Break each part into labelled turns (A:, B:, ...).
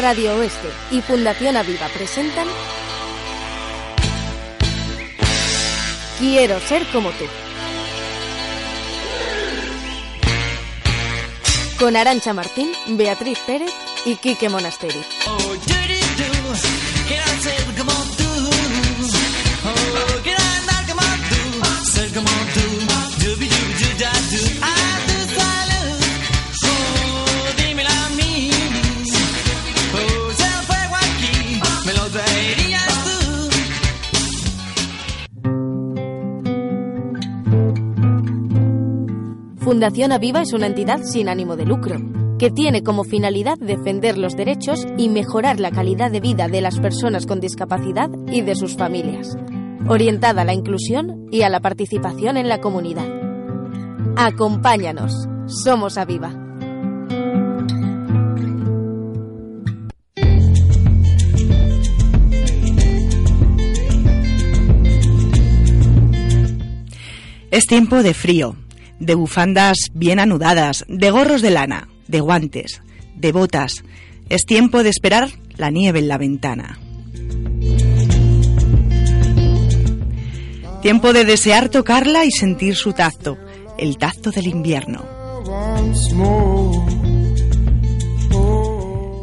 A: Radio Oeste y Fundación Aviva presentan Quiero ser como tú. Con Arancha Martín, Beatriz Pérez y Quique Monasteri. Fundación Aviva es una entidad sin ánimo de lucro, que tiene como finalidad defender los derechos y mejorar la calidad de vida de las personas con discapacidad y de sus familias, orientada a la inclusión y a la participación en la comunidad. Acompáñanos, somos Aviva.
B: Es tiempo de frío, de bufandas bien anudadas, de gorros de lana, de guantes, de botas. Es tiempo de esperar la nieve en la ventana. Tiempo de desear tocarla y sentir su tacto, el tacto del invierno.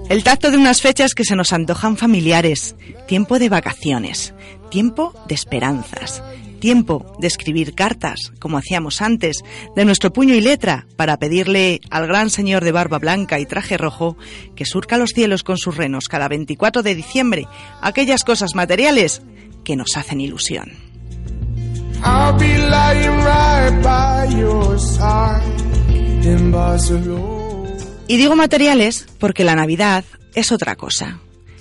B: El tacto de unas fechas que se nos antojan familiares, tiempo de vacaciones, tiempo de esperanzas, tiempo de escribir cartas, como hacíamos antes, de nuestro puño y letra, para pedirle al gran señor de barba blanca y traje rojo que surca los cielos con sus renos cada 24 de diciembre aquellas cosas materiales que nos hacen ilusión. Y digo materiales porque la Navidad es otra cosa.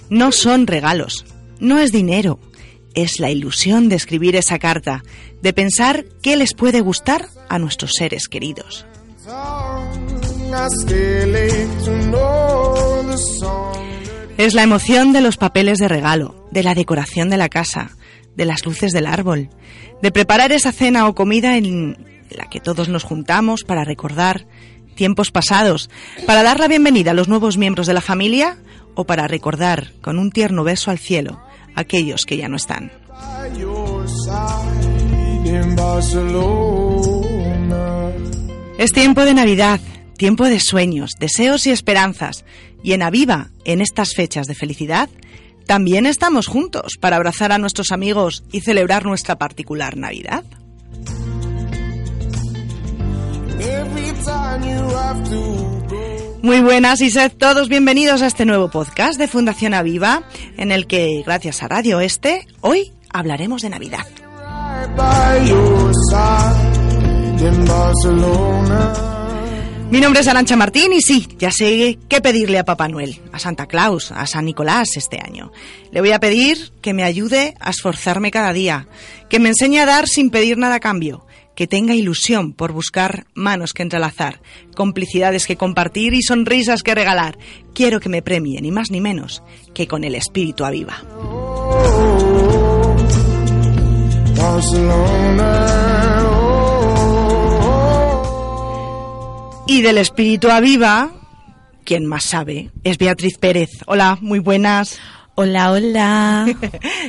B: No son regalos, no es dinero, es la ilusión de escribir esa carta, de pensar qué les puede gustar a nuestros seres queridos. Es la emoción de los papeles de regalo, de la decoración de la casa, de las luces del árbol, de preparar esa cena o comida en la que todos nos juntamos para recordar tiempos pasados, para dar la bienvenida a los nuevos miembros de la familia o para recordar con un tierno beso al cielo aquellos que ya no están. Es tiempo de Navidad, tiempo de sueños, deseos y esperanzas. Y en Aviva, en estas fechas de felicidad, también estamos juntos para abrazar a nuestros amigos y celebrar nuestra particular Navidad. Muy buenas y sed todos bienvenidos a este nuevo podcast de Fundación Aviva, en el que, gracias a Radio Este, hoy hablaremos de Navidad. Mi nombre es Arancha Martín y sí, ya sé qué pedirle a Papá Noel, a Santa Claus, a San Nicolás este año. Le voy a pedir que me ayude a esforzarme cada día, que me enseñe a dar sin pedir nada a cambio, que tenga ilusión por buscar manos que entrelazar, complicidades que compartir y sonrisas que regalar. Quiero que me premie, ni más ni menos, que con el espíritu aviva. Y del espíritu aviva, quien más sabe, es Beatriz Pérez. Hola, muy buenas.
C: Hola, hola.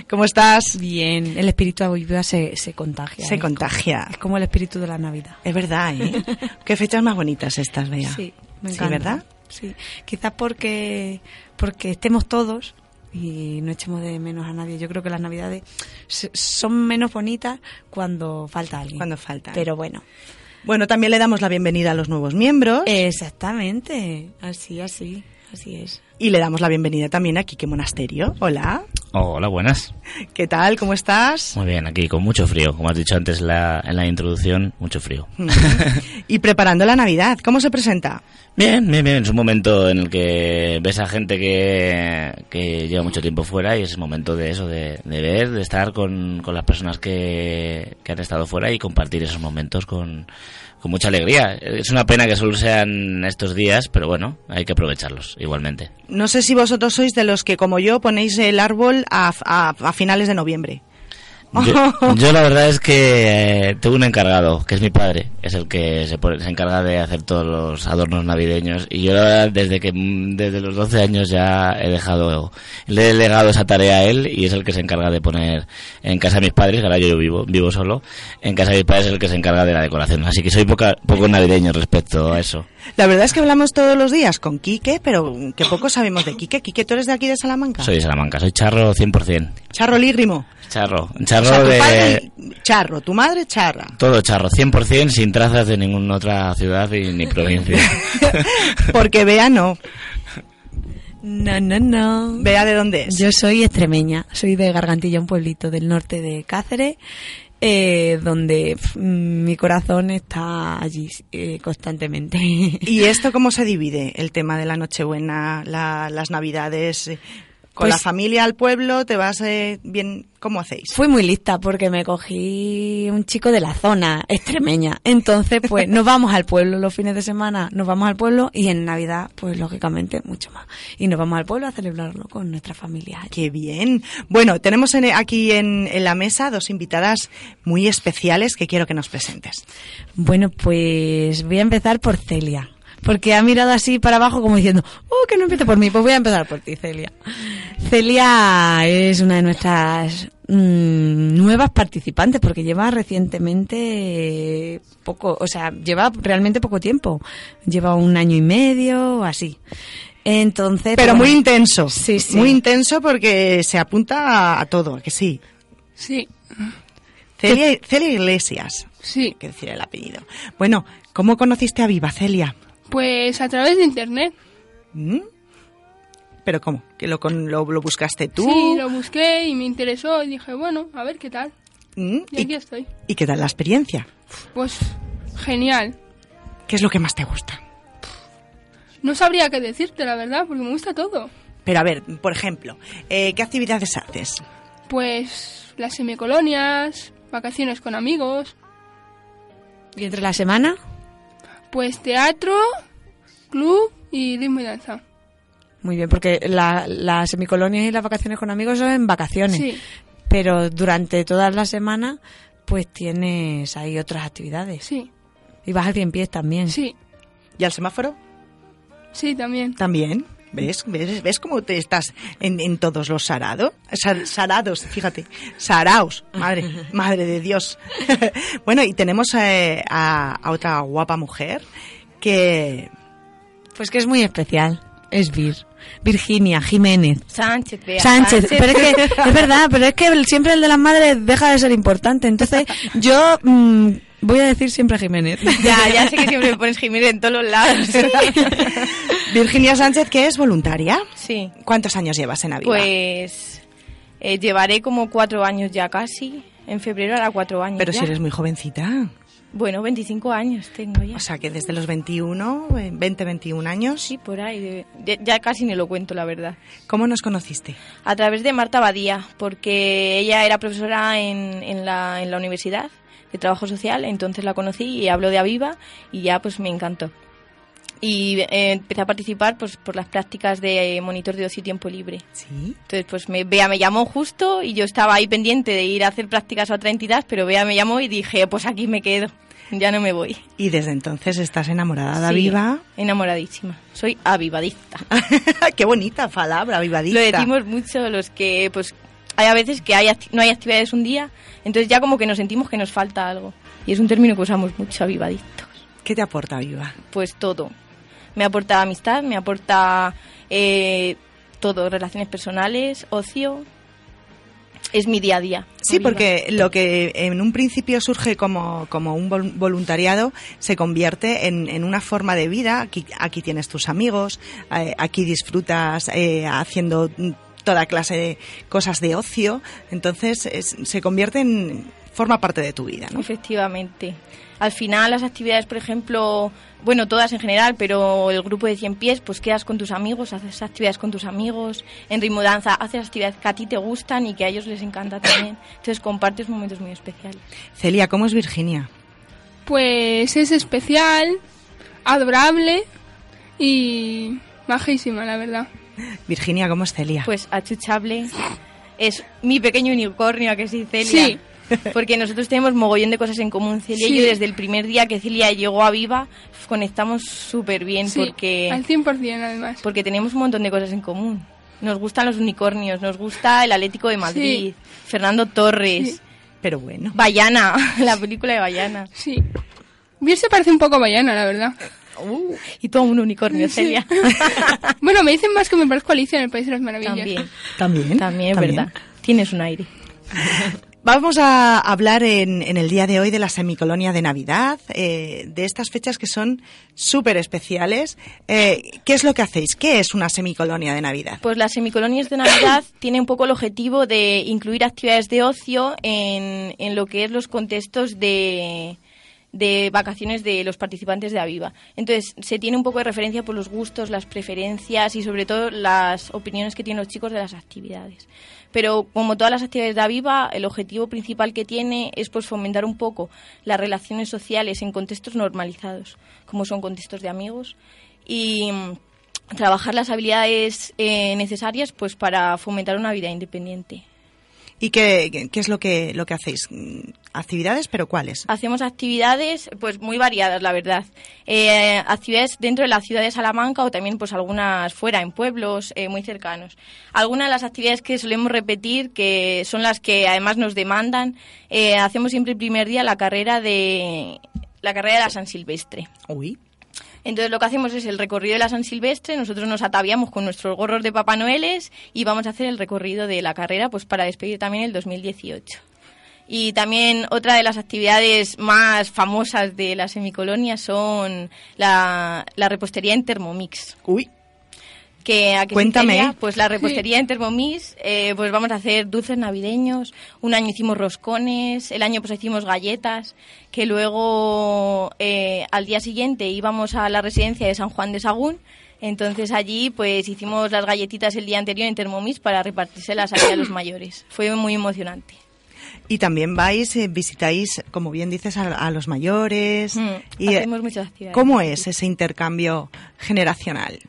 B: ¿Cómo estás?
C: Bien. El espíritu aviva se, se contagia.
B: Se
C: es
B: contagia.
C: Como, es como el espíritu de la Navidad.
B: Es verdad, ¿eh? Qué fechas más bonitas estas, Bea.
C: Sí, me
B: Sí,
C: encanta.
B: ¿verdad?
C: Sí. Quizás porque, porque estemos todos y no echemos de menos a nadie. Yo creo que las Navidades s- son menos bonitas cuando falta alguien.
B: Cuando falta.
C: Pero bueno.
B: Bueno, también le damos la bienvenida a los nuevos miembros
C: Eh. Exactamente. Así, así. Así es.
B: y le damos la bienvenida también a Quique Monasterio. Hola.
D: Hola, buenas.
B: ¿Qué tal? ¿Cómo estás?
D: Muy bien, aquí con mucho frío, como has dicho antes la- en la introducción, mucho frío.
B: y preparando la Navidad, ¿cómo se presenta?
D: Bien, bien, bien. Es un momento en el que ves a gente que, que lleva mucho tiempo fuera y es el momento de eso, de, de ver, de estar con, con las personas que, que han estado fuera y compartir esos momentos con, con mucha alegría. Es una pena que solo sean estos días, pero bueno, hay que aprovecharlos igualmente.
B: No sé si vosotros sois de los que, como yo, ponéis el árbol a, a- a finales de noviembre.
D: Yo, yo la verdad es que eh, tengo un encargado, que es mi padre, es el que se, pone- se encarga de hacer todos los adornos navideños y yo la verdad, desde que mm, desde los 12 años ya he dejado le he delegado esa tarea a él y es el que se encarga de poner en casa de mis padres, que ahora yo vivo vivo solo, en casa de mis padres es el que se encarga de la decoración, así que soy poca- poco navideño respecto a eso.
B: La verdad es que hablamos todos los días con Quique, pero que poco sabemos de Quique. Quique, ¿tú eres de aquí de Salamanca?
D: Soy de Salamanca, soy charro 100%.
B: Charro lígrimo.
D: Charro,
B: O
D: charro
B: sea, tu
D: de
B: padre charro, tu madre charra.
D: todo charro, 100% sin trazas de ninguna otra ciudad y- ni provincia.
B: Porque Bea no.
C: No, no, no.
B: Bea de dónde es.
C: Yo soy extremeña, soy de Gargantilla, un pueblito del norte de Cáceres, eh, donde pf, mm, mi corazón está allí eh, constantemente.
B: ¿Y esto cómo se divide? El tema de la Nochebuena, la- las Navidades. eh, Con
C: Pues-
B: la familia al pueblo, te vas eh, bien. ¿Cómo hacéis?
C: Fui muy lista porque me cogí un chico de la zona extremeña. Entonces, pues nos vamos al pueblo los fines de semana, nos vamos al pueblo y en Navidad, pues lógicamente mucho más. Y nos vamos al pueblo a celebrarlo con nuestra familia. allí.
B: Ah, Qué bien. Bueno, tenemos en- eh, aquí en, en la mesa dos invitadas muy especiales que quiero que nos presentes.
C: Bueno, pues voy a empezar por Celia. Porque ha mirado así para abajo como diciendo, oh, que no empiece por mí, pues voy a empezar por ti, Celia. Celia es una de nuestras mm, nuevas participantes porque lleva recientemente eh, poco, o sea, lleva realmente poco tiempo. Lleva un año y medio o así. Entonces...
B: Pero
C: bueno,
B: muy intenso.
C: Sí, sí.
B: Muy intenso porque se apunta a, a todo, ¿a que sí.
E: Sí,
B: Celia, Celia Iglesias,
E: sí.
B: hay que decir el apellido. Bueno, ¿cómo conociste a Viva Celia?
E: Pues a través de internet.
B: ¿Mm? ¿Pero cómo? ¿Que lo, con, lo, lo buscaste tú?
E: Sí, lo busqué y me interesó y dije, bueno, a ver qué tal.
B: ¿Mm?
E: Y aquí
B: ¿Y,
E: estoy.
B: y qué tal la experiencia?
E: Pues genial.
B: ¿Qué es lo que más te gusta?
E: No sabría qué decirte, la verdad, porque me gusta todo.
B: Pero a ver, por ejemplo, eh, ¿qué actividades haces?
E: Pues las semicolonias, vacaciones con amigos,
C: ¿Y entre la semana?
E: pues teatro, club y ritmo y danza.
C: Muy bien, porque la- las semicolonias y las vacaciones con amigos son en vacaciones.
E: Sí,
C: pero durante toda la semana pues tienes ahí otras actividades
E: sí,
C: y vas al cien pies también
E: sí,
B: ¿Y al semáforo?
E: sí, también.
B: También. ¿Ves? ¿Ves, ¿Ves cómo te estás en, en todos los sarados? sarados, fíjate. Saraos. Madre, madre de Dios. bueno, y tenemos eh, a, a otra guapa mujer que...
C: pues que es muy especial es Vir Virginia Jiménez
F: Sánchez, Bea,
C: Sánchez, pero es que es verdad, pero es que el- siempre el de las madres deja de ser importante, entonces yo mm, voy a decir siempre Jiménez.
F: Ya, ya sé que siempre me pones Jiménez en todos los lados.
B: Virginia Sánchez, que es voluntaria.
F: Sí,
B: ¿Cuántos años llevas en Aviva?
F: pues eh, llevaré como cuatro años ya casi. En febrero hará cuatro años.
B: Pero
F: ya.
B: si eres muy jovencita.
F: Bueno, 25 años tengo ya.
B: O sea, que desde los 21, eh, 20, 21 años.
F: sí, por ahí. de- de- ya casi ni lo cuento, la verdad.
B: ¿Cómo nos conociste?
F: A través de Marta Badía, porque ella era profesora en, en la, en la universidad de trabajo social, entonces la conocí y habló de Aviva y ya pues me encantó. Y eh, empecé a participar pues por las prácticas de monitor de ocio y tiempo libre.
B: Sí.
F: Entonces, pues me, Bea me llamó justo y yo estaba ahí pendiente de ir a hacer prácticas a otra entidad, pero Bea me llamó y dije, pues aquí me quedo, ya no me voy.
B: Y desde entonces estás enamorada de
F: Sí,
B: Aviva.
F: Enamoradísima. Soy avivadista.
B: Qué bonita palabra, avivadista.
F: Lo decimos mucho los que, pues, hay a veces que hay acti- no hay actividades un día, entonces ya como que nos sentimos que nos falta algo. Y es un término que usamos mucho, avivadistas.
B: ¿Qué te aporta Aviva?
F: Pues todo. Me aporta amistad, me aporta eh, todo, relaciones personales, ocio. Es mi día a día.
B: Sí,
F: Aviva.
B: porque lo que en un principio surge como, como un vol- voluntariado se convierte en, en una forma de vida. Aquí, aquí tienes tus amigos, eh, aquí disfrutas eh, haciendo mm, toda clase de cosas de ocio, entonces es- se convierte en forma parte de tu vida, ¿no?
D: Efectivamente. Al final las actividades, por ejemplo, bueno, todas en general, pero el grupo de 100 pies, pues quedas con tus amigos, haces actividades con tus amigos, en ritmo danza haces actividades que a ti te gustan y que a ellos les encanta también. Entonces compartes momentos muy especiales.
B: Celia, ¿cómo es Virginia?
G: Pues es especial, adorable y majísima, la verdad.
B: Virginia, ¿cómo es Celia?
D: Pues achuchable es mi pequeño unicornio, ¿a que sí, Celia?
G: Sí.
D: Porque nosotros tenemos mogollón de cosas en común, Celia y
G: Sí.
D: yo desde el primer día que Celia llegó a Viva conectamos súper bien
G: Sí,
D: porque...
G: al 100% además.
D: porque tenemos un montón de cosas en común. Nos gustan los unicornios, nos gusta el Atlético de Madrid, Fernando Torres,
G: Sí.
B: Pero bueno.
D: Bayana, la película de Bayana.
G: Sí. Vir se parece un poco a Bayana, la verdad. Uh.
D: Y tú a un unicornio, Celia.
G: bueno, me dicen más que me parezco a Alicia en el País de las Maravillas.
B: También.
D: también, también, ¿verdad? Tienes un aire.
B: Vamos a hablar en, en el día de hoy de la semicolonia de Navidad, eh, de estas fechas que son súper especiales. Eh, ¿Qué es lo que hacéis? ¿Qué es una semicolonia de Navidad?
D: Pues las semicolonias de Navidad tienen un poco el objetivo de incluir actividades de ocio en, en lo que es los contextos de, de vacaciones de los participantes de Aviva. Entonces, se tiene un poco de referencia por los gustos, las preferencias y sobre todo las opiniones que tienen los chicos de las actividades. Pero como todas las actividades de Aviva, el objetivo principal que tiene es pues fomentar un poco las relaciones sociales en contextos normalizados, como son contextos de amigos y mm, trabajar las habilidades eh, necesarias pues para fomentar una vida independiente.
B: ¿Y qué, qué- qué es lo que, lo que hacéis? Mm, ¿Actividades, pero cuáles?
D: Hacemos actividades pues muy variadas, la verdad. Eh, actividades dentro de la ciudad de Salamanca o también pues algunas fuera, en pueblos eh, muy cercanos. Algunas de las actividades que solemos repetir, que son las que además nos demandan, eh, hacemos siempre el primer día la carrera de la carrera de la San Silvestre.
B: Uy.
D: Entonces lo que hacemos es el recorrido de la San Silvestre, nosotros nos ataviamos con nuestros gorros de Papá Noeles y vamos a hacer el recorrido de la carrera pues para despedir también el 2018. Y también otra de las actividades más famosas de la semicolonia son la, la repostería en Thermomix.
B: Uy.
D: Que, ¿a que sí,
B: Cuéntame.
D: Celia? pues la repostería en Thermomix, eh, pues vamos a hacer dulces navideños, un año hicimos roscones, el año pues hicimos galletas, que luego eh, al día siguiente íbamos a la residencia de San Juan de Sagún, entonces allí pues hicimos las galletitas el día anterior en Thermomix para repartírselas allí a los mayores. Fue muy emocionante.
B: Y también vais, eh, visitáis, como bien dices, a, a los mayores.
D: Mm,
B: y, eh,
D: hacemos muchas actividades.
B: ¿Cómo es ese intercambio generacional?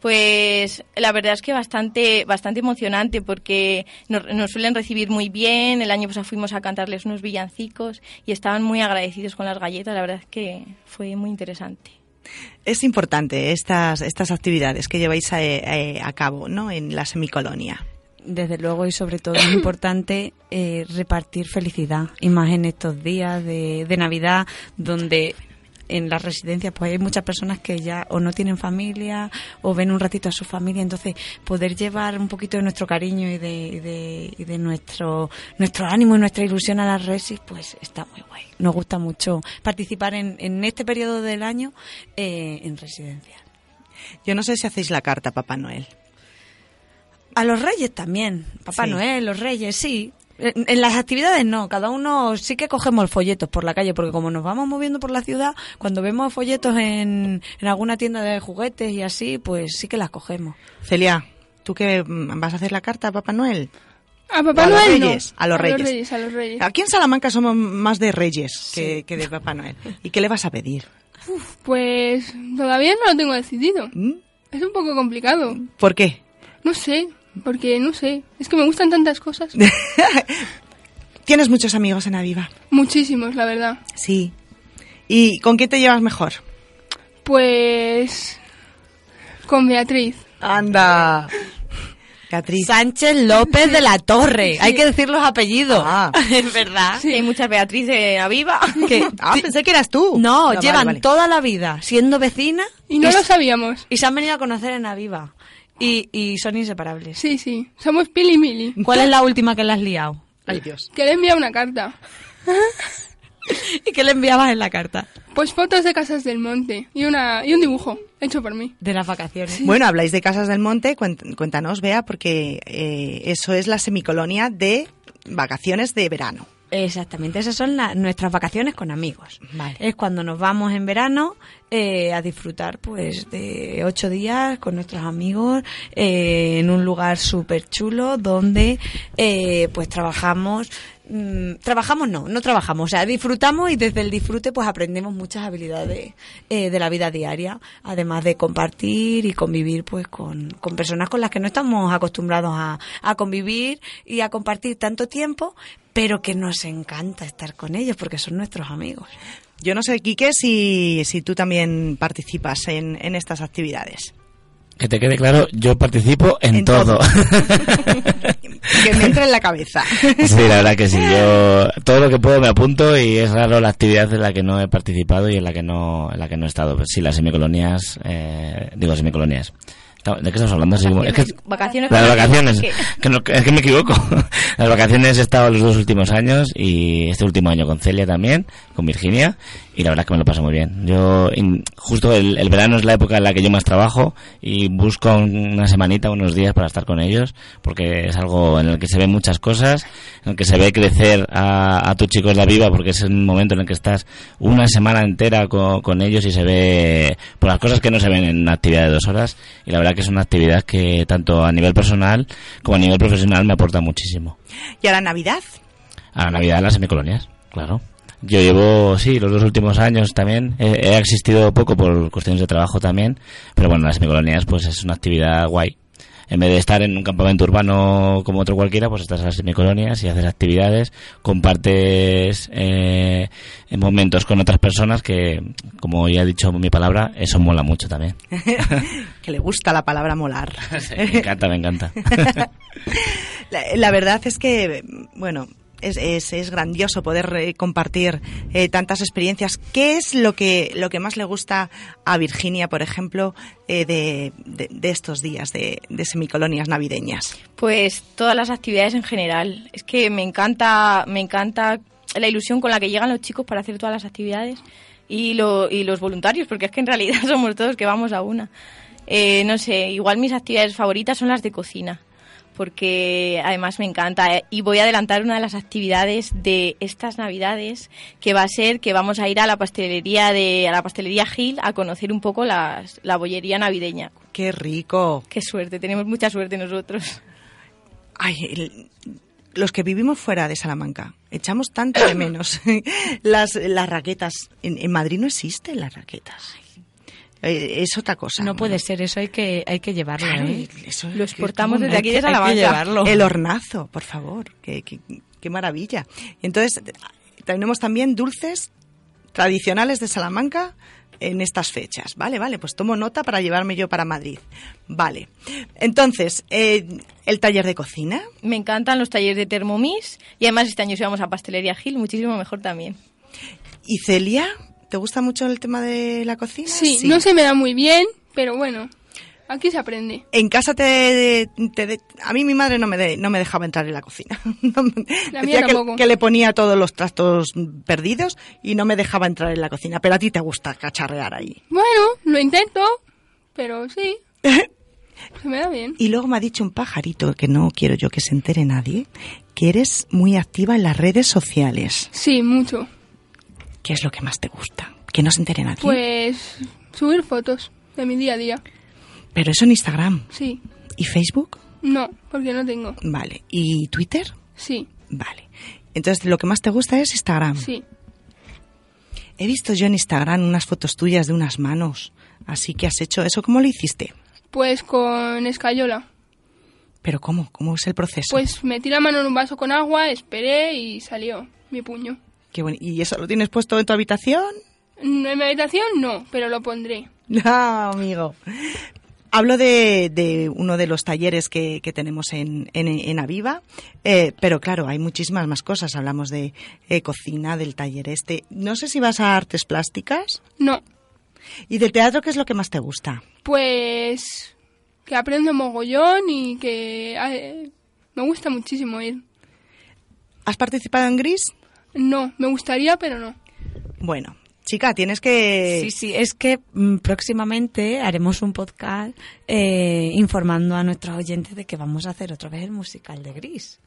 D: Pues la verdad es que bastante, bastante emocionante porque nos, nos suelen recibir muy bien. El año pasado fuimos a cantarles unos villancicos y estaban muy agradecidos con las galletas. La verdad es que fue muy interesante.
B: Es importante estas, estas actividades que lleváis a, eh, a cabo ¿no? en la semicolonia.
C: Desde luego y sobre todo es importante eh, repartir felicidad, y más en estos días de, de Navidad donde en las residencias pues hay muchas personas que ya o no tienen familia o ven un ratito a su familia, entonces poder llevar un poquito de nuestro cariño y de, y de, y de nuestro, nuestro ánimo y nuestra ilusión a las resis pues está muy guay. Nos gusta mucho participar en, en este periodo del año eh, en residencias.
B: Yo no sé si hacéis la carta, a Papá Noel.
C: A los reyes también, Papá
B: Sí.
C: Noel, los reyes, sí. En, en las actividades no, cada uno sí que cogemos folletos por la calle, porque como nos vamos moviendo por la ciudad, cuando vemos folletos en, en alguna tienda de juguetes y así, pues sí que las cogemos.
B: Celia, ¿tú qué mm, vas a hacer la carta a Papá Noel?
G: A Papá
B: A los
G: Noel no.
B: Reyes, a los
G: A
B: Reyes.
G: los Reyes, a los Reyes.
B: Aquí en Salamanca somos más de reyes que, que de Papá Noel. ¿Y qué le vas a pedir?
G: Pues todavía no lo tengo decidido.
B: ¿Mm?
G: Es un poco complicado.
B: ¿Por qué?
G: No sé, porque no sé. Es que me gustan tantas cosas.
B: Tienes muchos amigos en Aviva.
G: Muchísimos, la verdad.
B: Sí. ¿Y con quién te llevas mejor?
G: Pues con Beatriz.
B: Anda. Beatriz.
C: Sánchez López de la Torre, hay que decir los apellidos.
B: Ah.
C: es verdad.
D: Hay muchas Beatriz de Aviva.
C: Que-
B: Ah, pensé que eras tú.
C: no,
B: Ah, vale,
C: llevan
B: vale.
C: toda la vida siendo vecinas
G: Y no
C: y,
G: lo sabíamos.
C: y se han venido a conocer en Aviva y, y son inseparables.
G: Sí, sí. Somos Pili y Mili.
C: ¿Cuál es la última que le has liado?
B: Ay, Dios.
G: Que le envía una carta.
C: ¿Y qué le enviabas en la carta?
G: Pues fotos de casas del monte y, una, y un dibujo hecho por mí.
C: De las vacaciones.
B: Bueno, habláis de Casas del Monte, cuént- cuéntanos, Bea, porque eh, eso es la semicolonia de vacaciones de verano.
C: Exactamente, esas son la- nuestras vacaciones con amigos.
B: Vale.
C: Es cuando nos vamos en verano eh, a disfrutar pues de ocho días con nuestros amigos eh, en un lugar súper chulo donde eh, pues trabajamos, mm, trabajamos no, no trabajamos, o sea, disfrutamos y desde el disfrute pues aprendemos muchas habilidades eh, de la vida diaria, además de compartir y convivir pues con, con personas con las que no estamos acostumbrados a, a convivir y a compartir tanto tiempo, pero que nos encanta estar con ellos porque son nuestros amigos.
B: Yo no sé, Quique, si, si tú también participas en, en estas actividades.
H: Que te quede claro, yo participo en,
B: En todo.
H: todo.
B: que me entra en la cabeza.
H: Sí, la verdad que sí. Yo todo lo que puedo me apunto y es raro la actividad en la que no he participado y en la que no, en la que no he estado. Pues sí, las semicolonias, eh, digo semicolonias. Está- ¿De qué estamos hablando? Así como- es que-
D: Vacaciones.
H: las vacaciones.
D: ¿Qué?
H: Que no- es que me equivoco. Las vacaciones he estado los dos últimos años y este último año con Celia también, con Virginia, y la verdad es que me lo paso muy bien. Yo, in- justo el, el verano es la época en la que yo más trabajo y busco un- una semanita, unos días para estar con ellos, porque es algo en el que se ven muchas cosas, en el que se ve crecer a, a tus chicos la viva, porque es un momento en el que estás una semana entera co- con, ellos y se ve por las cosas que no se ven en una actividad de dos horas, y la verdad que es una actividad que tanto a nivel personal como a nivel profesional me aporta muchísimo.
B: ¿Y a la Navidad?
H: A la Navidad en las semicolonias, claro. Yo llevo, sí, los dos últimos años también. He, he existido poco por cuestiones de trabajo también. Pero bueno, las semicolonias pues es una actividad guay. En vez de estar en un campamento urbano como otro cualquiera, pues estás en las semicolonias y haces actividades, compartes eh, momentos con otras personas que, como ya he dicho mi palabra, eso mola mucho también.
B: que le gusta la palabra molar.
H: Sí, me encanta, me encanta.
B: La, la verdad es que, bueno, es, es- es grandioso poder eh, compartir eh, tantas experiencias. ¿Qué es lo que, lo que más le gusta a Virginia, por ejemplo, eh, de, de- de estos días de, de semicolonias navideñas?
D: Pues todas las actividades en general. Es que me encanta, me encanta la ilusión con la que llegan los chicos para hacer todas las actividades y, lo- y los voluntarios, porque es que en realidad somos todos que vamos a una. Eh, no sé, igual mis actividades favoritas son las de cocina, porque además me encanta. eh, Y voy a adelantar una de las actividades de estas navidades, que va a ser que vamos a ir a la pastelería de, a la pastelería Gil a conocer un poco las- la bollería navideña.
B: ¡Qué rico!
D: Qué suerte, tenemos mucha suerte nosotros.
B: Ay, el- los que vivimos fuera de Salamanca, echamos tanto de menos. las, las raquetas. En, en Madrid no existen las raquetas. Eh, Es otra cosa.
C: No puede
B: Bueno,
C: ser, eso hay que, hay que llevarlo.
B: Claro,
C: ¿eh?
B: eso es
D: Lo
B: que-
D: exportamos
B: ¿cómo
D: desde
B: no?
D: aquí
C: Hay
D: de
C: que- hay que
D: Salamanca.
C: llevarlo.
B: El hornazo, por favor. Qué, qué- qué maravilla. Entonces, tenemos también dulces tradicionales de Salamanca en estas fechas. Vale, vale, pues tomo nota para llevarme yo para Madrid. Vale. Entonces, eh, el taller de cocina.
D: Me encantan los talleres de Thermomix y además este año si vamos a Pastelería Gil, muchísimo mejor también.
B: ¿Y Celia? ¿Te gusta mucho el tema de la cocina?
G: Sí, no se me da muy bien, pero bueno, aquí se aprende.
B: En casa te, te de- a mí mi madre no me de- no me dejaba entrar en la cocina. No me-
G: La mía
B: decía que,
G: tampoco.
B: que le ponía todos los trastos perdidos y no me dejaba entrar en la cocina. Pero a ti te gusta cacharrear ahí.
G: Bueno, lo intento, pero sí. Se me da bien.
B: Y luego me ha dicho un pajarito que no quiero yo que se entere nadie, que eres muy activa en las redes sociales.
G: Sí, mucho.
B: ¿Qué es lo que más te gusta? Que no se entere nadie.
G: Pues subir fotos de mi día a día.
B: Pero eso en Instagram
G: Sí.
B: y Facebook,
G: No, porque no tengo.
B: vale. Y Twitter,
G: Sí,
B: vale. Entonces lo que más te gusta es Instagram.
G: sí.
B: He visto yo en Instagram unas fotos tuyas de unas manos. Así que has hecho eso. ¿Cómo lo hiciste?
G: Pues con escayola.
B: Pero ¿cómo? ¿Cómo es el proceso?
G: Pues metí la mano en un vaso con agua, esperé y salió mi puño.
B: Qué bueno. ¿Y eso lo tienes puesto en tu habitación?
G: No, en mi habitación no, pero lo pondré.
B: No, amigo. Hablo de, de uno de los talleres que, que tenemos en, en, en Aviva, eh, pero claro, hay muchísimas más cosas. Hablamos de eh, cocina, del taller este. No sé si vas a artes plásticas.
G: No,
B: ¿Y del teatro qué es lo que más te gusta?
G: pues que aprendo mogollón y que eh, me gusta muchísimo ir.
B: ¿Has participado en Gris?
G: No, me gustaría, pero no.
B: Bueno, chica, tienes que...
C: Sí, sí, es que mm, próximamente haremos un podcast eh, informando a nuestros oyentes de que vamos a hacer otra vez el musical de Gris.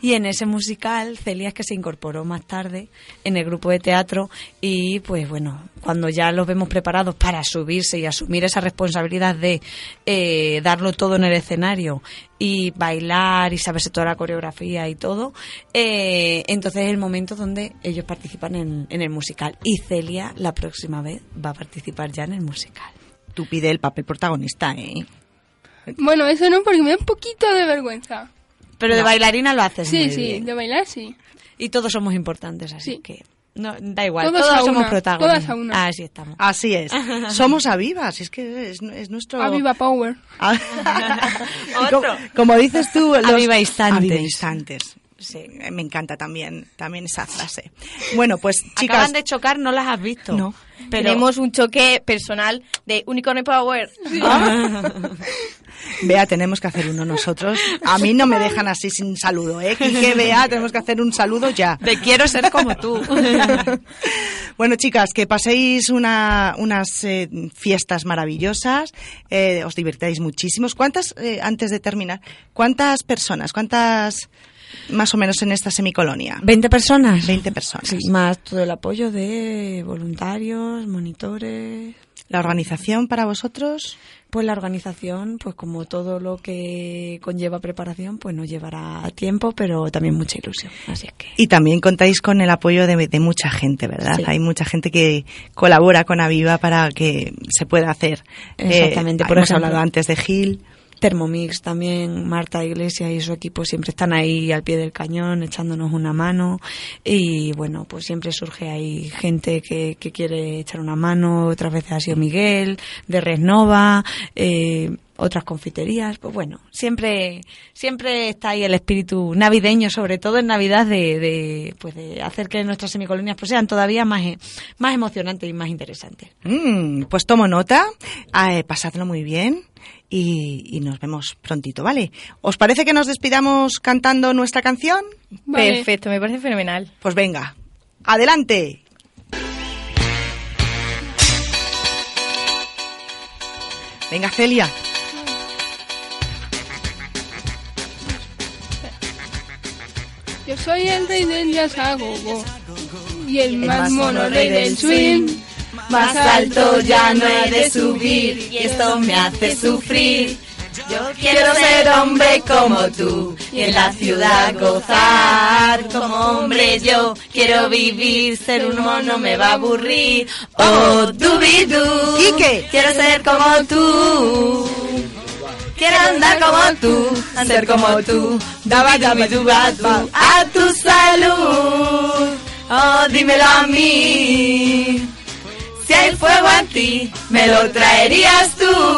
C: Y en ese musical, Celia es que se incorporó más tarde en el grupo de teatro y pues bueno, cuando ya los vemos preparados para subirse y asumir esa responsabilidad de eh, darlo todo en el escenario y bailar y saberse toda la coreografía y todo, eh, entonces es el momento donde ellos participan en, en el musical. Y Celia la próxima vez va a participar ya en el musical.
B: Tú pide el papel protagonista, ¿eh?
G: Bueno, eso no, porque me da un poquito de vergüenza.
C: Pero de bailarina lo haces
G: Sí,
C: muy
G: sí,
C: bien.
G: de bailar sí.
C: Y todos somos importantes, así
G: Sí.
C: que no, da igual,
G: Todas
C: todos
G: a
C: somos
G: una,
C: protagonistas.
G: todas a una.
C: Así estamos.
D: Ah,
B: Así es. Somos avivas, es que es, es nuestro...
G: Aviva Power.
B: como, como dices tú... los-
C: Aviva instantes.
B: Aviva instantes. Sí, me encanta también, también esa frase. Bueno, pues chicas...
C: Acaban de chocar, no las has visto.
B: No.
C: pero
D: Tenemos un choque personal de Unicorn Power.
C: Ah,
B: Bea, tenemos que hacer uno nosotros. A mí no me dejan así sin saludo, ¿eh? Quique, Bea, tenemos que hacer un saludo ya.
C: te quiero ser como tú.
B: bueno, chicas, que paséis una- unas eh, fiestas maravillosas, eh, os divertáis muchísimos. ¿Cuántas, eh, antes de terminar, cuántas personas, cuántas más o menos en esta semicolonia?
C: 20 personas.
B: 20 personas.
C: Sí, más todo el apoyo de voluntarios, monitores.
B: ¿La organización para vosotros?
C: Pues la organización, pues como todo lo que conlleva preparación, pues nos llevará tiempo, pero también mucha ilusión. Así es que
B: Y también contáis con el apoyo de, de mucha gente, ¿verdad?
C: Sí.
B: Hay mucha gente que colabora con Aviva para que se pueda hacer. Eh,
C: Exactamente, por
B: hemos
C: ejemplo.
B: hablado antes de Gil.
C: Thermomix también, Marta Iglesias y su equipo siempre están ahí al pie del cañón echándonos una mano y bueno, pues siempre surge ahí gente que, que quiere echar una mano, otras veces ha sido Miguel, de Resnova, eh, otras confiterías, pues bueno, siempre, siempre está ahí el espíritu navideño, sobre todo en Navidad, de, de, pues de hacer que nuestras semicolonias pues sean todavía más, eh, más emocionantes y más interesantes.
B: Mm, pues tomo nota, Ah, eh, pasadlo muy bien y, y nos vemos prontito, ¿vale? ¿Os parece que nos despidamos cantando nuestra canción?
G: Vale.
D: Perfecto, me parece fenomenal.
B: Pues venga, adelante. Venga, Celia.
G: Yo soy el rey del jazz agogo y el
B: El
G: más
B: más
G: mono
B: mono
G: rey
B: rey
G: del
B: del
G: swing.
B: swing.
G: Más alto ya no he de
D: subir, y esto me hace sufrir.
I: Yo quiero ser hombre como tú y en la ciudad gozar como hombre yo quiero vivir ser un mono me va a aburrir oh dubidú
B: Quique.
I: quiero ser como tú quiero andar como tú ser como tú daba daba duba tú a tu salud oh dímelo a mí si hay fuego en ti me lo traerías tú